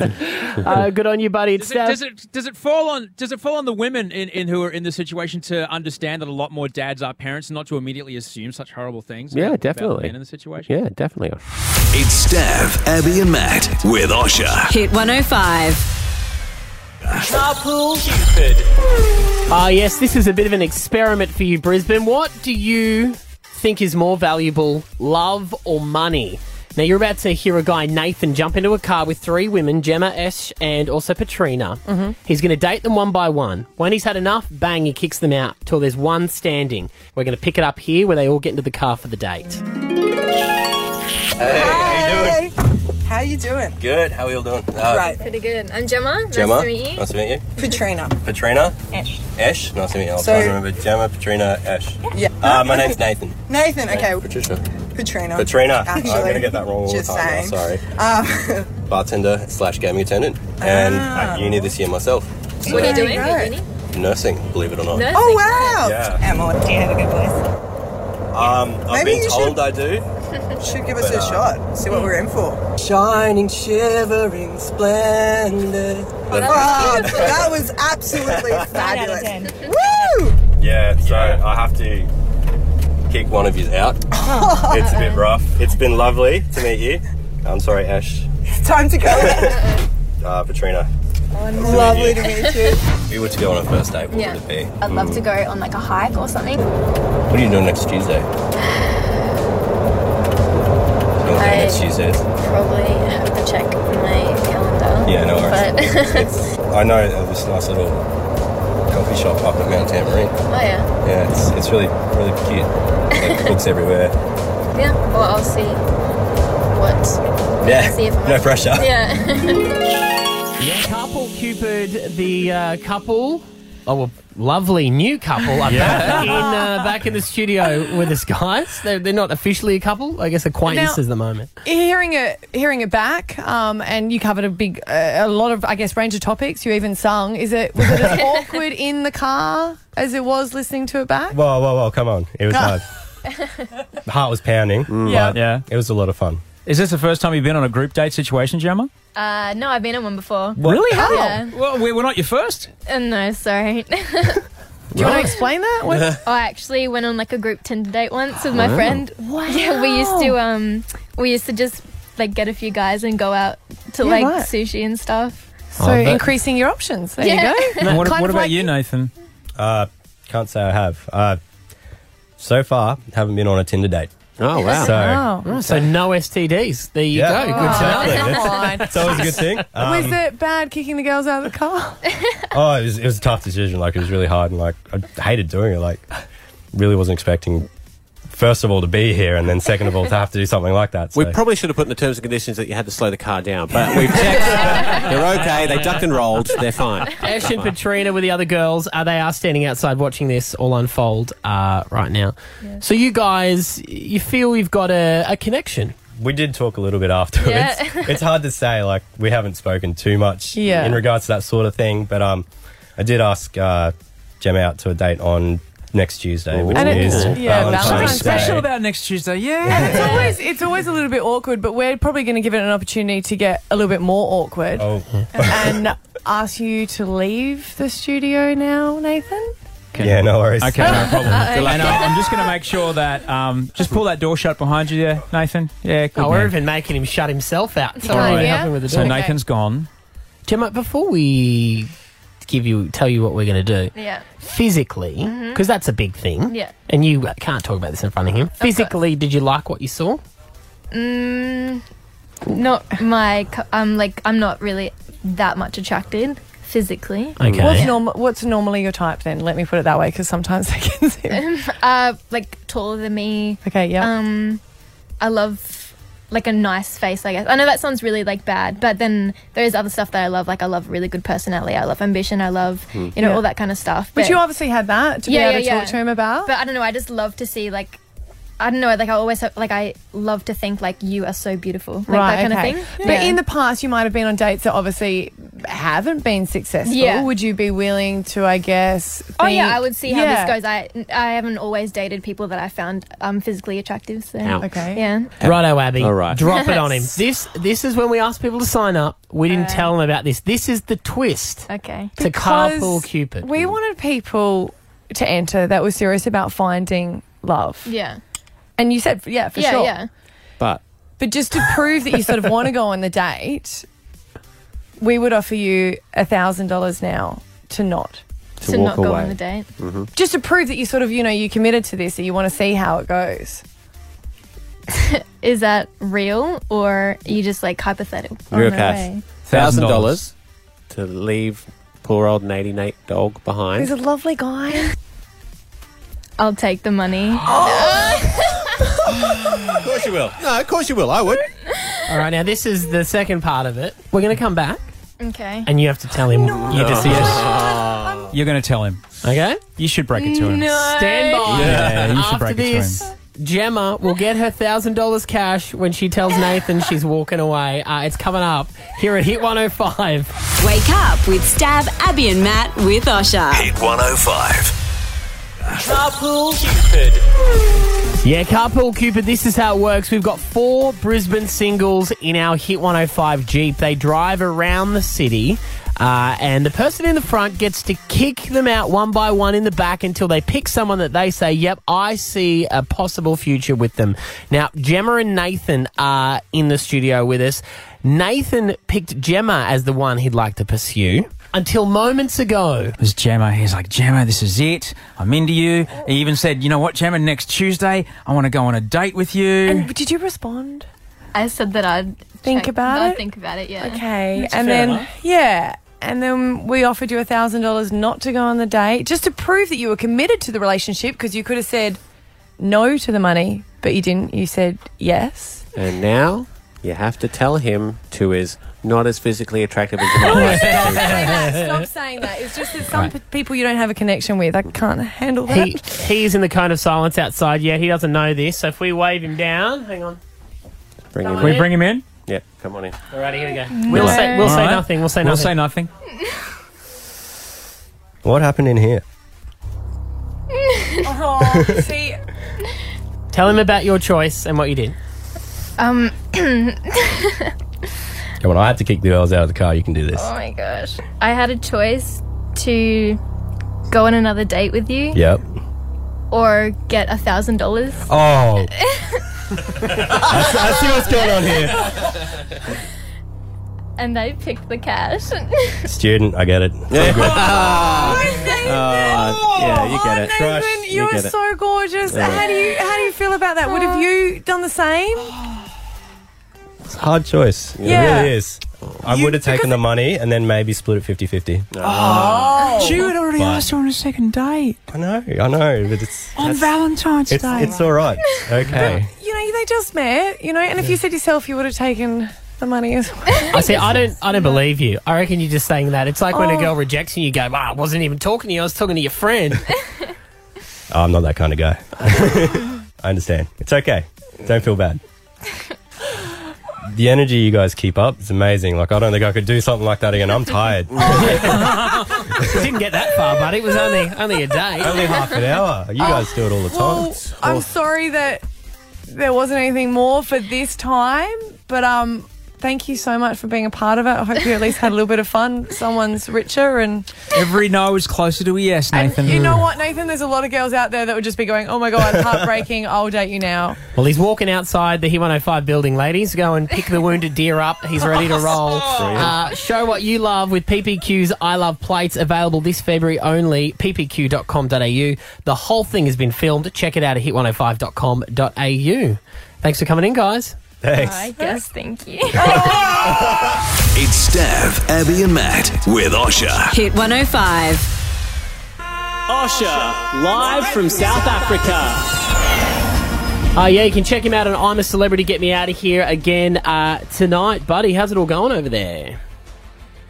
S3: Uh, good on you, buddy. It's Steph.
S5: does it does it fall on does it fall on the women in, in who are in this situation to understand that a lot more dads are parents and not to immediately assume such horrible things?
S11: Yeah,
S5: about
S11: definitely.
S5: Men in the situation.
S6: Yeah, definitely.
S11: It's Stav, Abby, and Matt with Osha.
S17: Hit 105.
S1: Carpool
S3: Ah, yes, this is a bit of an experiment for you, Brisbane. What do you think is more valuable, love or money? Now, you're about to hear a guy, Nathan, jump into a car with three women, Gemma, Esh, and also Petrina.
S1: Mhm.
S3: He's going to date them one by one. When he's had enough, bang, he kicks them out till there's one standing. We're going to pick it up here where they all get into the car for the date.
S8: Hey,
S15: How you doing?
S8: Good. How are you all doing?
S15: right. Pretty good. I'm Gemma. Nice
S8: Uh, Gemma.
S15: to meet you.
S8: Nice to meet you.
S15: Katrina.
S8: Petrina.
S15: Ash.
S8: Ash. Nice to meet you. I'll
S15: So-
S8: try and remember Gemma, Petrina, Ash.
S15: Yeah.
S8: Uh, my name's Nathan.
S15: Nathan.
S8: Hey,
S15: Okay.
S8: Patricia.
S15: Katrina.
S8: Petrina.
S15: Actually,
S8: I'm gonna get that wrong all
S15: just
S8: the time.
S15: saying.
S8: Now, sorry.
S15: Um,
S8: Bartender slash gaming attendant, and
S15: Ah.
S8: at uni this year myself.
S15: What are you
S8: So,
S15: doing at uni?
S8: Nursing, believe it or not.
S15: Oh wow.
S8: Yeah.
S15: Emma, do you have a good place?
S8: Um, I've
S15: Maybe
S8: been
S15: you
S8: told
S15: should-
S8: I do.
S15: Should give
S8: us a But, uh,
S15: shot. See what we're in for. Shining, shivering, splendid. Oh, that was absolutely fabulous. Woo!
S8: Yeah, so I have to kick one of you out. it's a bit rough. It's been lovely to meet you. I'm sorry, Ash.
S15: It's time to go.
S8: Uh, Petrina.
S15: Lovely to meet you.
S8: If you were to go on a first date, what would it be?
S17: I'd love to go on like a hike or something.
S8: What are you doing next Tuesday? You're there
S17: I-
S8: next Tuesday.
S17: Probably have to check my calendar.
S8: Yeah, no worries.
S17: But
S8: It's- I know of this nice little coffee shop up at Mount Tamarine.
S17: oh yeah,
S8: Yeah, it's, it's really, really cute. Like, books everywhere.
S17: yeah. Well, I'll see what.
S8: Yeah,
S17: See if I'm
S8: no pressure.
S17: Yeah.
S3: Yeah, couple Cupid, the uh, couple. Oh, a lovely new couple are
S1: Yeah.
S3: back, in, uh, back in the studio with us, guys. They're, they're not officially a couple, I guess acquaintances at the moment.
S4: Hearing it, hearing it back, um, and you covered a big, uh, a lot of, I guess, range of topics. You even sung. Is it was it as awkward in the car as it was listening to it back?
S18: Whoa, whoa, whoa! Come on, it
S4: Ah.
S18: was hard. The heart was pounding.
S4: Mm.
S5: Yeah.
S18: but It was a lot of fun.
S5: Is this the first time you've been on a group date situation, Gemma?
S17: uh, no, I've been in one before. Yeah.
S5: Well, we- we're not your first.
S17: Uh, no, sorry.
S5: Do you wanna Right.
S4: explain that?
S5: What-
S17: I actually went on like a group Tinder date once with my
S5: Wow.
S17: friend.
S4: Wow.
S17: Yeah, we used to um, we used to just like get a few guys and go out to
S4: Yeah,
S17: like
S4: right.
S17: sushi and stuff.
S3: Oh,
S4: So increasing your options. There
S17: Yeah.
S4: you go.
S18: What-
S4: Kind
S18: what
S4: of
S18: about
S4: like-
S5: You, Nathan.
S18: Uh, can't say I have. Uh, so far, haven't been on a Tinder date.
S6: Oh
S3: wow.
S18: So,
S4: Wow.
S3: So no STDs. There you
S18: Yeah.
S3: go. Good
S18: Exactly.
S3: to know.
S18: That's- It's always a good thing.
S4: was
S18: Um,
S4: it bad kicking the girls out of the car?
S18: oh, it was, it was a tough decision. Like it was really hard, and like I hated doing it. Like really wasn't expecting. First of all, to be here, and then second of all, to have to do something like that. So.
S6: We probably should have put in the terms and conditions that you had to slow the car down, but we've checked. They're okay. They ducked and rolled. They're fine.
S3: Ash and Petrina were the other girls. Uh, they are standing outside watching this all unfold uh, right now. So you guys, you feel you've got a, a connection.
S18: We did talk a little bit afterwards.
S3: Yeah.
S18: it's hard to say. Like we haven't spoken too much
S3: Yeah.
S18: in regards to that sort of thing. But um, I did ask uh, Gem out to a date on next Tuesday, which
S4: And
S18: is um,
S4: it's- yeah,
S5: Something
S4: Valentine's Day.
S5: special about next Tuesday.
S4: And
S5: Yeah.
S4: it's always it's always a little bit awkward, but we're probably going to give it an opportunity to get a little bit more awkward
S18: Oh.
S4: and ask you to leave the studio now, Nathan.
S18: Yeah, no worries.
S5: Okay, no problem.
S4: Uh-oh.
S5: and uh, I'm just going to make sure that um, just pull that door shut behind you, there, Nathan. Yeah, good
S3: Oh, we're
S5: man.
S3: even making him shut himself out. It's
S5: All right.
S3: help him with the
S5: So
S3: door.
S5: Nathan's gone.
S3: Gemma, before we give you tell you what we're going to do,
S17: Yeah.
S3: physically, because
S17: Mhm.
S3: that's a big thing.
S17: Yeah.
S3: And you can't talk about this in front of him. Physically, did you like what you saw?
S17: Mm, not my. cu- I'm like I'm not really that much attracted physically.
S4: What's, norm- what's normally your type then? Let me put it that way, because sometimes they can see.
S17: Um, uh, like taller than me.
S4: Okay, yeah.
S17: Um, I love like a nice face. I guess I know that sounds really like bad, but then there is other stuff that I love. Like I love really good personality. I love ambition. I love
S4: Hmm.
S17: you know
S4: Yeah.
S17: all that kind of stuff.
S4: But you obviously had that to be able to talk to him about.
S17: But I don't know. I just love to see like. I don't know. Like I always have, like I love to think like you are so beautiful, like that kind
S4: okay.
S17: of thing.
S4: But
S17: Yeah.
S4: in the past, you might have been on dates that obviously haven't been successful.
S17: Yeah.
S4: Would you be willing to, I guess?
S17: Oh yeah,
S4: think-
S17: I would see how
S4: Yeah.
S17: this goes. I I haven't always dated people that I found um, physically attractive. So
S3: Ouch.
S17: okay, yeah.
S3: Righto, Abby.
S6: All right.
S3: Drop it on him. This this is when we asked people to sign up. We didn't
S4: Uh,
S3: tell them about this. This is the twist.
S17: Okay.
S3: To
S4: Because
S3: carpool Cupid.
S4: We wanted people to enter that were serious about finding love.
S17: Yeah.
S4: And you said, yeah, for
S17: Yeah,
S4: sure.
S17: yeah.
S6: But
S4: But just to prove that you sort of want to go on the date, we would offer you $1,000 now to not. Mm-hmm.
S17: To To walk not go on away. the date?
S15: Mm-hmm.
S4: Just to prove that you sort of, you know, you committed to this, that you want to see how it goes.
S17: Is that real or are you just like hypothetical?
S6: Real
S17: no
S6: cash.
S17: way.
S6: Thousand dollars to leave poor old Natty Nate dog
S17: He's
S6: behind.
S17: a
S4: lovely guy.
S17: I'll take the money.
S6: of course you will. No, of course you will. I would.
S3: All right, now this is the second part of it. We're going to come back,
S17: okay.
S3: and you have to tell him your decision.
S5: You're going to tell him.
S3: Okay.
S5: You should break it to him.
S17: No.
S3: Stand by.
S5: Yeah, you should
S3: After
S5: break it to
S3: this, Gemma will get her thousand dollars cash when she tells Nathan she's walking away. Uh, it's coming up here at Hit 105.
S2: Wake up with Stab, Abby, and Matt with Osha.
S11: Hit 105.
S1: Carpool Cupid.
S3: Yeah, Carpool Cupid, this is how it works. We've got oh four Brisbane singles in our Hit 105 Jeep. They drive around the city Uh, and the person in the front gets to kick them out one by one in the back until they pick someone that they say, yep, I see a possible future with them. Now, Gemma and Nathan are in the studio with us. Nathan picked Gemma as the one he'd like to pursue until moments ago.
S19: It was Gemma. He's like, Gemma, this is it. I'm into you. He even said, you know what, Gemma, next Tuesday, I want to go on a date with you.
S4: And did you respond?
S17: I said that I'd
S4: think
S17: check-
S4: about
S17: I'd
S4: it.
S17: think about it, yeah.
S4: Okay, and then yeah, and then we offered you a thousand dollars not to go on the date, just to prove that you were committed to the relationship, because you could have said no to the money, but you didn't. You said yes.
S6: And now you have to tell him to is not as physically attractive as
S4: Oh,
S6: my wife.
S4: Stop saying that. It's just that some p people you don't have a connection with, I can't handle that.
S3: He, he's in the cone of silence outside. Yeah, he doesn't know this. So if we wave him down, hang on.
S6: Bring
S3: Can we bring him
S5: in?
S6: Yeah, come on in.
S3: Alrighty, here we go. We'll say, we'll say
S5: Alright.
S3: nothing. We'll say
S5: We'll
S3: nothing.
S5: say nothing.
S18: What happened in here?
S4: oh,
S17: Uh-huh,
S4: see,
S3: Tell him about your choice and what you did.
S17: Um, oh
S18: Come on, I had to kick the girls out of the car. You can do this.
S17: my gosh. I had a choice to go on another date with you
S18: Yep.
S17: or get a thousand dollars.
S18: Oh. I, see, I see what's going on here.
S17: And they picked the cash.
S18: Student, I get it.
S6: Oh,
S18: Uh,
S4: Oh,
S6: yeah, you get it.
S4: Nathan, you are so gorgeous.
S18: Yeah.
S4: How do you how do you feel about that? Would
S18: Oh.
S4: have you done the same?
S18: It's a hard choice.
S4: Yeah.
S18: It really is. I would have taken the money and then maybe split it 50 50.
S19: Oh.
S18: She had already But- asked
S19: her on a second date.
S18: I know, I know, but it's. that's-
S4: Valentine's
S18: it's, it's all right. Okay.
S4: you know, they just met, you know, and if you said yourself, you would have taken the money as well.
S3: I see. I don't. I don't believe you. I reckon you're just saying that. It's like when
S4: Oh.
S3: a girl rejects you, you go, "Wow, I wasn't even talking to you. I was talking to your friend."
S18: Oh, I'm not that kind of guy. I understand. It's okay. Don't feel bad. The energy you guys keep up is amazing. Like, I don't think I could do something like that again. I'm tired.
S3: Didn't get that far, but it was only only a day,
S18: only half an hour. You guys do it all the time.
S4: Well,
S5: Oh.
S4: I'm sorry that there wasn't anything more for this time, but um, thank you so much for being a part of it. I hope you at least had a little bit of fun. Someone's richer, and
S19: Every no is closer to a yes, Nathan.
S4: you know what, Nathan? There's a lot of girls out there that would just be going, "Oh my god, heartbreaking! I'll date you now."
S3: Well, he's walking outside the He 105 building, ladies. Go and pick the wounded deer up. He's ready to roll.
S4: Brilliant.
S3: Uh, show what you love with PPQ's I Love Plates available this February only. PPQ.com.au. The whole thing has been filmed. Check it out at hit105.com.au. Thanks for coming in, guys.
S17: I guess, thank you.
S11: It's Stav, Abby, and Matt with Osha.
S2: Hit 105.
S1: Osha, live from South Africa.
S3: Uh, yeah, you can check him out on I'm a Celebrity Get Me Out of Here again uh, tonight. Buddy, how's it all going over there?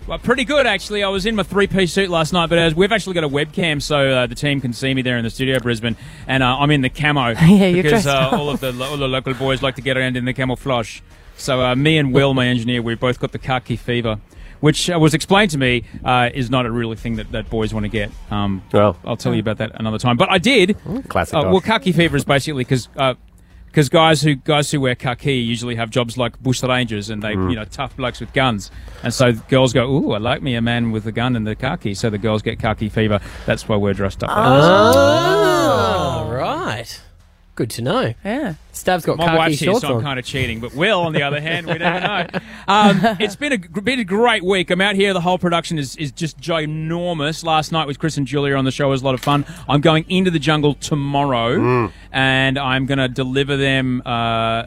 S5: Well, pretty good actually. I was in my three-piece suit last night, but uh, we've actually got a webcam, so uh, the team can see me there in the studio, Brisbane, and uh, I'm in the camo.
S4: Yeah, you're
S5: because
S4: dressed
S5: uh,
S4: up.
S5: all of the lo- all the local boys like to get around in the camouflage. So uh, me and Will, my engineer, we've both got the khaki fever, which uh, was explained to me uh, is not a real thing that, that boys want to get. Um, well, I'll tell you about that another time. But I did.
S6: Mm, Classic.
S5: Uh, well, khaki fever is basically because because guys who guys who wear khaki usually have jobs like bush rangers and they
S6: Mm.
S5: you know tough blokes with guns, and so the girls go, "Ooh, I like me a man with a gun and the khaki." So the girls get khaki fever. That's why we're dressed up. Like
S3: Oh, right. Good to know.
S4: Yeah.
S3: Stab's got
S5: My
S3: khaki
S5: wife's here,
S3: shorts
S5: so I'm
S3: on.
S5: kind of cheating. But Will, on the other hand, we don't know. Um, it's been a gr- been a great week. I'm out here. The whole production is, is just ginormous. Last night with Chris and Julia on the show was a lot of fun. I'm going into the jungle tomorrow,
S6: Mm.
S5: and I'm going to deliver them uh,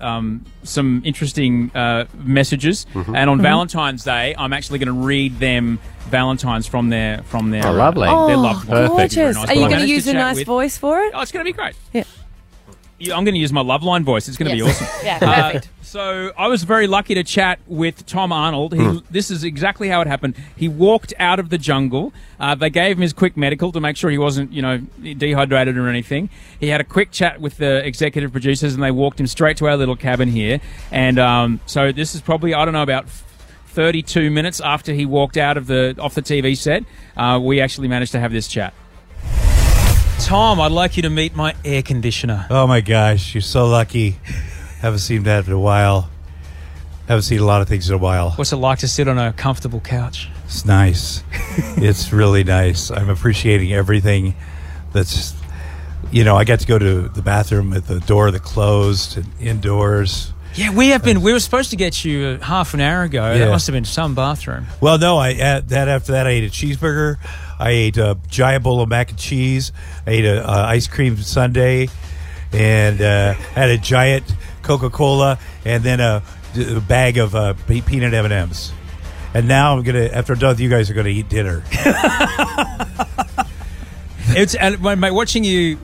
S5: um, some interesting uh, messages.
S6: Mm-hmm.
S5: And on
S4: Mm-hmm.
S19: Mhm.
S5: Valentine's Day, I'm actually going to read them Valentines from their from their
S6: Oh, lovely.
S5: uh, their
S6: Oh,
S5: loved ones.
S6: perfect.
S5: Very
S4: Gorgeous.
S5: nice.
S4: Are you
S5: Well, I
S4: going to
S5: managed
S4: use a
S5: chat
S4: nice
S5: with-
S4: voice for it?
S5: Oh, it's going to be great.
S4: Yeah.
S5: yeah, I'm going to use my love line voice. It's going to be
S4: Yes.
S5: awesome.
S4: Yeah,
S5: Uh,
S4: perfect.
S5: so I was very lucky to chat with Tom Arnold. He,
S19: Hmm.
S5: This is exactly how it happened. He walked out of the jungle. Uh, they gave him his quick medical to make sure he wasn't, you know, dehydrated or anything. He had a quick chat with the executive producers, and they walked him straight to our little cabin here. And um, so this is probably I don't know about. 32 minutes after he walked out of the off the TV set, uh, we actually managed to have this chat. Tom, I'd like you to meet my air conditioner.
S20: Oh my gosh, you're so lucky. Haven't seen that in a while. haven't seen a lot of things in a while.
S5: What's it like to sit on a comfortable couch?
S20: It's nice. it's really nice. I'm appreciating everything that's, you know, I got to go to the bathroom at the door that closed and indoors.
S5: Yeah, we have been. We were supposed to get you uh, half an hour ago. That
S20: Yeah.
S5: must have been some bathroom.
S20: Well, no, I at that after that I ate a cheeseburger, I ate a giant bowl of mac and cheese, I ate a, uh ice cream sundae, and uh, had a giant Coca Cola, and then a, d- a bag of uh, pe- peanut M and M's. And now I'm gonna after I'm done with you guys, are gonna eat dinner.
S5: It's and my mate, watching you.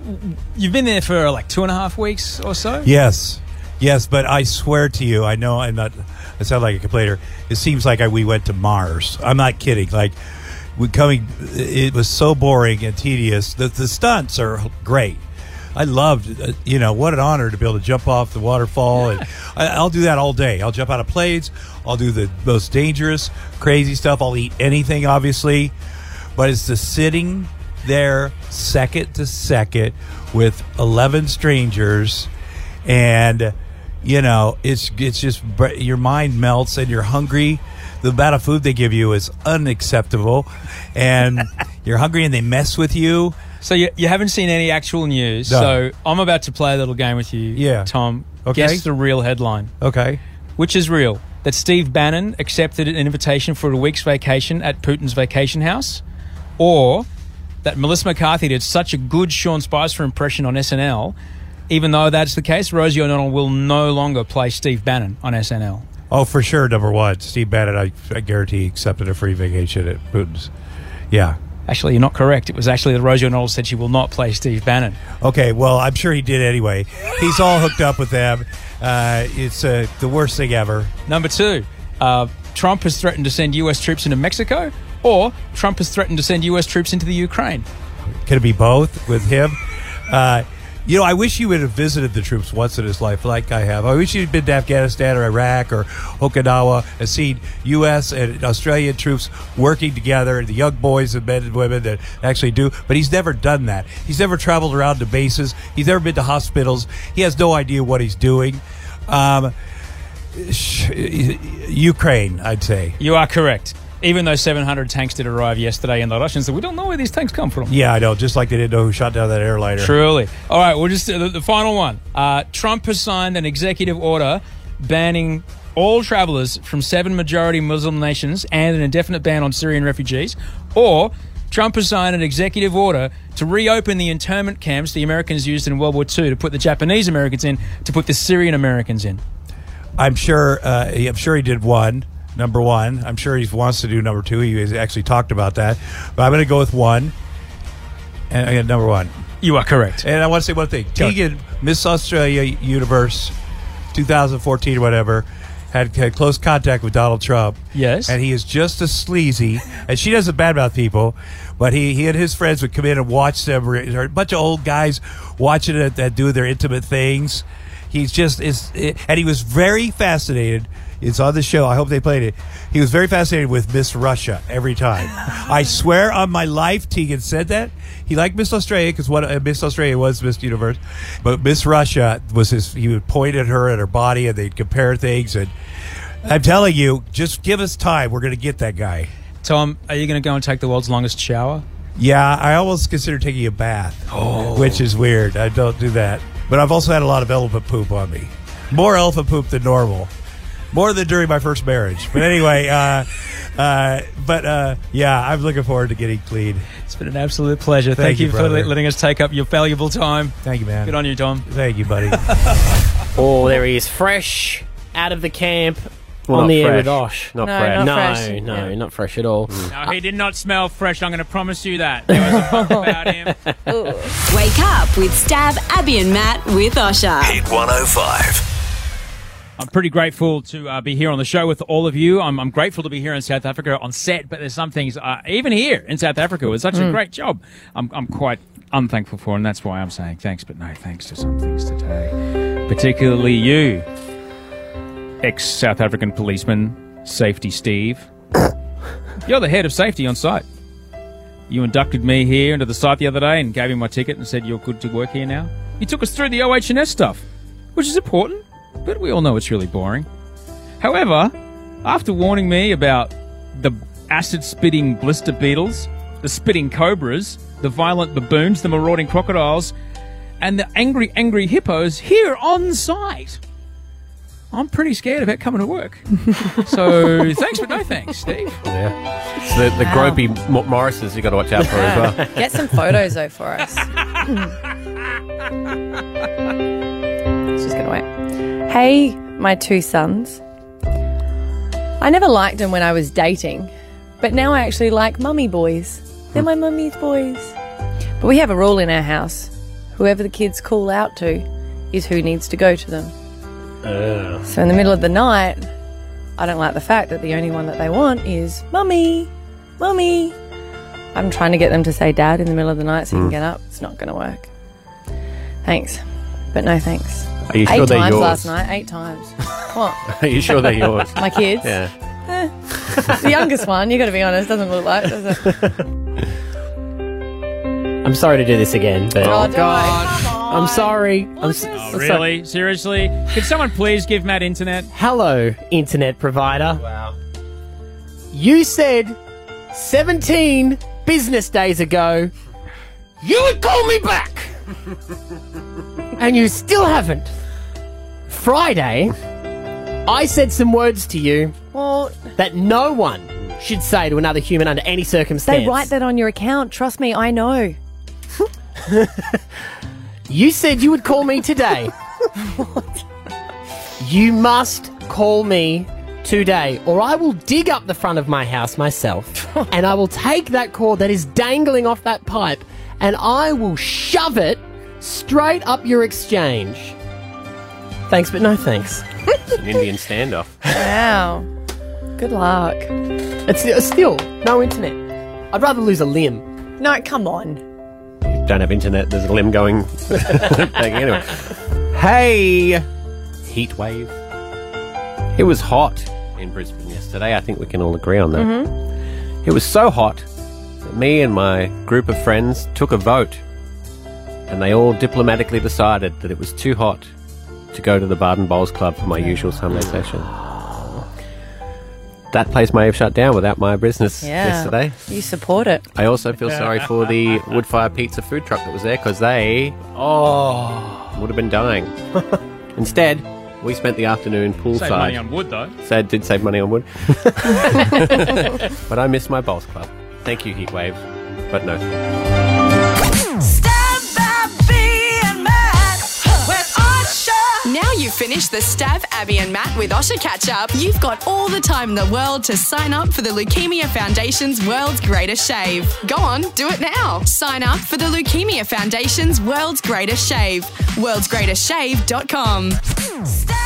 S5: You've been there for like two and a half weeks or so.
S20: Yes, yes, but I swear to you, I know I'm not. I sound like a complainer. It seems like I, we went to Mars. I'm not kidding. Like we coming, it was so boring and tedious. The, the stunts are great. I loved, uh, you know, what an honor to be able to jump off the waterfall. And I, I'll do that all day. I'll jump out of planes. I'll do the most dangerous, crazy stuff. I'll eat anything, obviously. But it's the sitting there second to second with 11 strangers and you know it's it's just br- your mind melts and you're hungry the amount of food they give you is unacceptable and you're hungry and they mess with you
S5: so you, you haven't seen any actual news.
S20: No.
S5: So I'm about to play a little game with you, yeah. Tom.
S20: Okay.
S5: Guess the real headline.
S20: Okay.
S5: Which is real? That Steve Bannon accepted an invitation for a week's vacation at Putin's vacation house, or that Melissa McCarthy did such a good Sean Spicer impression on SNL. Even though that's the case, Rosie O'Donnell will no longer play Steve Bannon on SNL.
S20: oh for sure number one steve bannon i, I guarantee he accepted a free vacation at putin's yeah
S5: Actually, you're not correct. It was actually that Rosie O'Donnell said she will not play Steve Bannon.
S20: Okay, well, I'm sure he did anyway. He's all hooked up with them. Uh, it's uh, the worst thing ever.
S5: Number two, uh, Trump has threatened to send U.S. troops into Mexico, or Trump has threatened to send U.S. troops into the Ukraine.
S20: Could it be both with him? Uh, you know, I wish he would have visited the troops once in his life, like I have. I wish he'd been to Afghanistan or Iraq or Okinawa and seen U.S. and Australian troops working together, the young boys and men and women that actually do. But he's never done that. He's never traveled around to bases. He's never been to hospitals. He has no idea what he's doing. Um, sh- Ukraine, I'd say.
S5: You are correct. Even though 700 tanks did arrive yesterday, and the Russians said, we don't know where these tanks come from.
S20: Yeah, I know. Just like they didn't know who shot down that airliner.
S5: Truly. All right, we'll just the, the final one. Uh, Trump has signed an executive order banning all travelers from seven majority Muslim nations and an indefinite ban on Syrian refugees, or Trump has signed an executive order to reopen the internment camps the Americans used in World War II to put the Japanese Americans in, to put the Syrian Americans in.
S20: I'm sure. Uh, I'm sure he did one. Number one. I'm sure he wants to do number two. He has actually talked about that. But I'm going to go with one. And I got number one.
S5: You are correct.
S20: And I want to say one thing. Tegan, Miss Australia Universe, 2014 or whatever, had, had close contact with Donald Trump.
S5: Yes.
S20: And he is just as sleazy. And she doesn't badmouth people, but he, he and his friends would come in and watch them. re- A bunch of old guys watching it that do their intimate things. He's just is, and he was very fascinated. It's on the show. I hope they played it. He was very fascinated with Miss Russia every time. I swear on my life, Tegan said that he liked Miss Australia because what uh, Miss Australia was Miss Universe, but Miss Russia was his. He would point at her and her body, and they'd compare things. And I'm telling you, just give us time. We're going to get that guy.
S5: Tom, are you going to go and take the world's longest shower? Oh.
S20: Yeah, I almost consider taking a bath, which is weird. I don't do that. But I've also had a lot of elephant poop on me. More elephant poop than normal. More than during my first marriage. But anyway, uh, uh, but uh, yeah, I'm looking forward to getting clean.
S5: It's been an absolute pleasure. Thank, you, for
S20: brother.
S5: le- letting us take up your valuable time.
S20: Thank you, man.
S5: Good on you, Tom.
S20: Thank you, buddy.
S3: Oh, there he is, fresh out of the camp
S5: Well,
S3: on
S5: not
S3: the air with
S5: fresh.
S3: Osh.
S5: Not No, fresh. not
S3: no,
S5: fresh.
S3: no, not fresh at all.
S5: No, he did not smell fresh. I'm going to promise you that. There was a fuck about him.
S2: Wake up with Stab, Abby, and Matt with Osha.
S11: Hit 105.
S5: I'm pretty grateful to uh, be here on the show with all of you. I'm, I'm grateful to be here in South Africa on set, but there's some things, uh, even here in South Africa, was such a
S19: Mm.
S5: great job. I'm, I'm quite unthankful for, and that's why I'm saying thanks, but no thanks to some things today. Particularly you, ex South African policeman, Safety Steve. You're the head of safety on site. You inducted me here into the site the other day and gave me my ticket and said you're good to work here now. You took us through the OH&S stuff, which is important, but we all know it's really boring. However, after warning me about the acid spitting blister beetles, the spitting cobras, the violent baboons, the marauding crocodiles, and the angry, angry hippos here on site, I'm pretty scared about coming to work. so thanks, but no thanks, Steve.
S6: Yeah. So the, the
S4: Wow.
S6: gropey Mo- Morrises you got to watch out for as well.
S4: Get some photos though for us. She's gonna wait. Hey, my two sons. I never liked them when I was dating, but now I actually like mummy boys. They're my mummy's boys. But we have a rule in our house: whoever the kids call out to is who needs to go to them. So in the middle of the night, I don't like the fact that the only one that they want is mummy, mummy. I'm trying to get them to say dad in the middle of the night so you
S6: Mm.
S4: can get up. It's not going to work. Thanks, but no thanks.
S6: Are you
S4: eight
S6: sure they're
S4: times
S6: yours?
S4: last night. Eight times. What?
S6: Are you sure they're yours?
S4: My kids.
S6: Yeah.
S4: Eh. the youngest one. You got to be honest. Doesn't look like. Does it?
S3: I'm sorry to do this again, but Oh,
S4: Oh, don't Oh,
S3: I'm sorry. I'm s- I'm sorry.
S5: Really? Seriously? Could someone please give Matt internet?
S3: Hello, internet provider. Wow. You said 17 business days ago you would call me back, and you still haven't. Friday, I said some words to you
S4: Well,
S3: that no one should say to another human under any circumstance.
S4: They write that on your account. Trust me, I know.
S3: You said you would call me today. You must call me today, or I will dig up the front of my house myself, and I will take that cord that is dangling off that pipe, and I will shove it straight up your exchange. Thanks, but no thanks.
S6: It's an Indian standoff.
S4: Wow. Good luck.
S3: It's it's still no internet. I'd rather lose a limb.
S4: No, come on.
S6: Don't have internet. There's a limb going back anyway. Hey, heat wave. It was hot in Brisbane yesterday. I think we can all agree on that. It was so hot that me and my group of friends took a vote and they all diplomatically decided that it was too hot to go to the Baden Bowls Club for my usual Sunday session. That place may have shut down without my business
S4: Yeah.
S6: yesterday.
S4: You support it.
S6: I also feel sorry for the Woodfire Pizza food truck that was there because they, oh, would have been dying. Instead, we spent the afternoon poolside.
S5: Save money on wood, though.
S6: So I did save money on wood. but I miss my bowls club. Thank you, Heatwave. But no.
S2: Now you've finished the Stab, Abby and Matt with Osha Catch Up. You've got all the time in the world to sign up for the Leukemia Foundation's World's Greatest Shave. Go on, do it now. Sign up for the Leukemia Foundation's World's Greatest Shave. Worldsgreatestshave.com. Stab
S15: oh uh,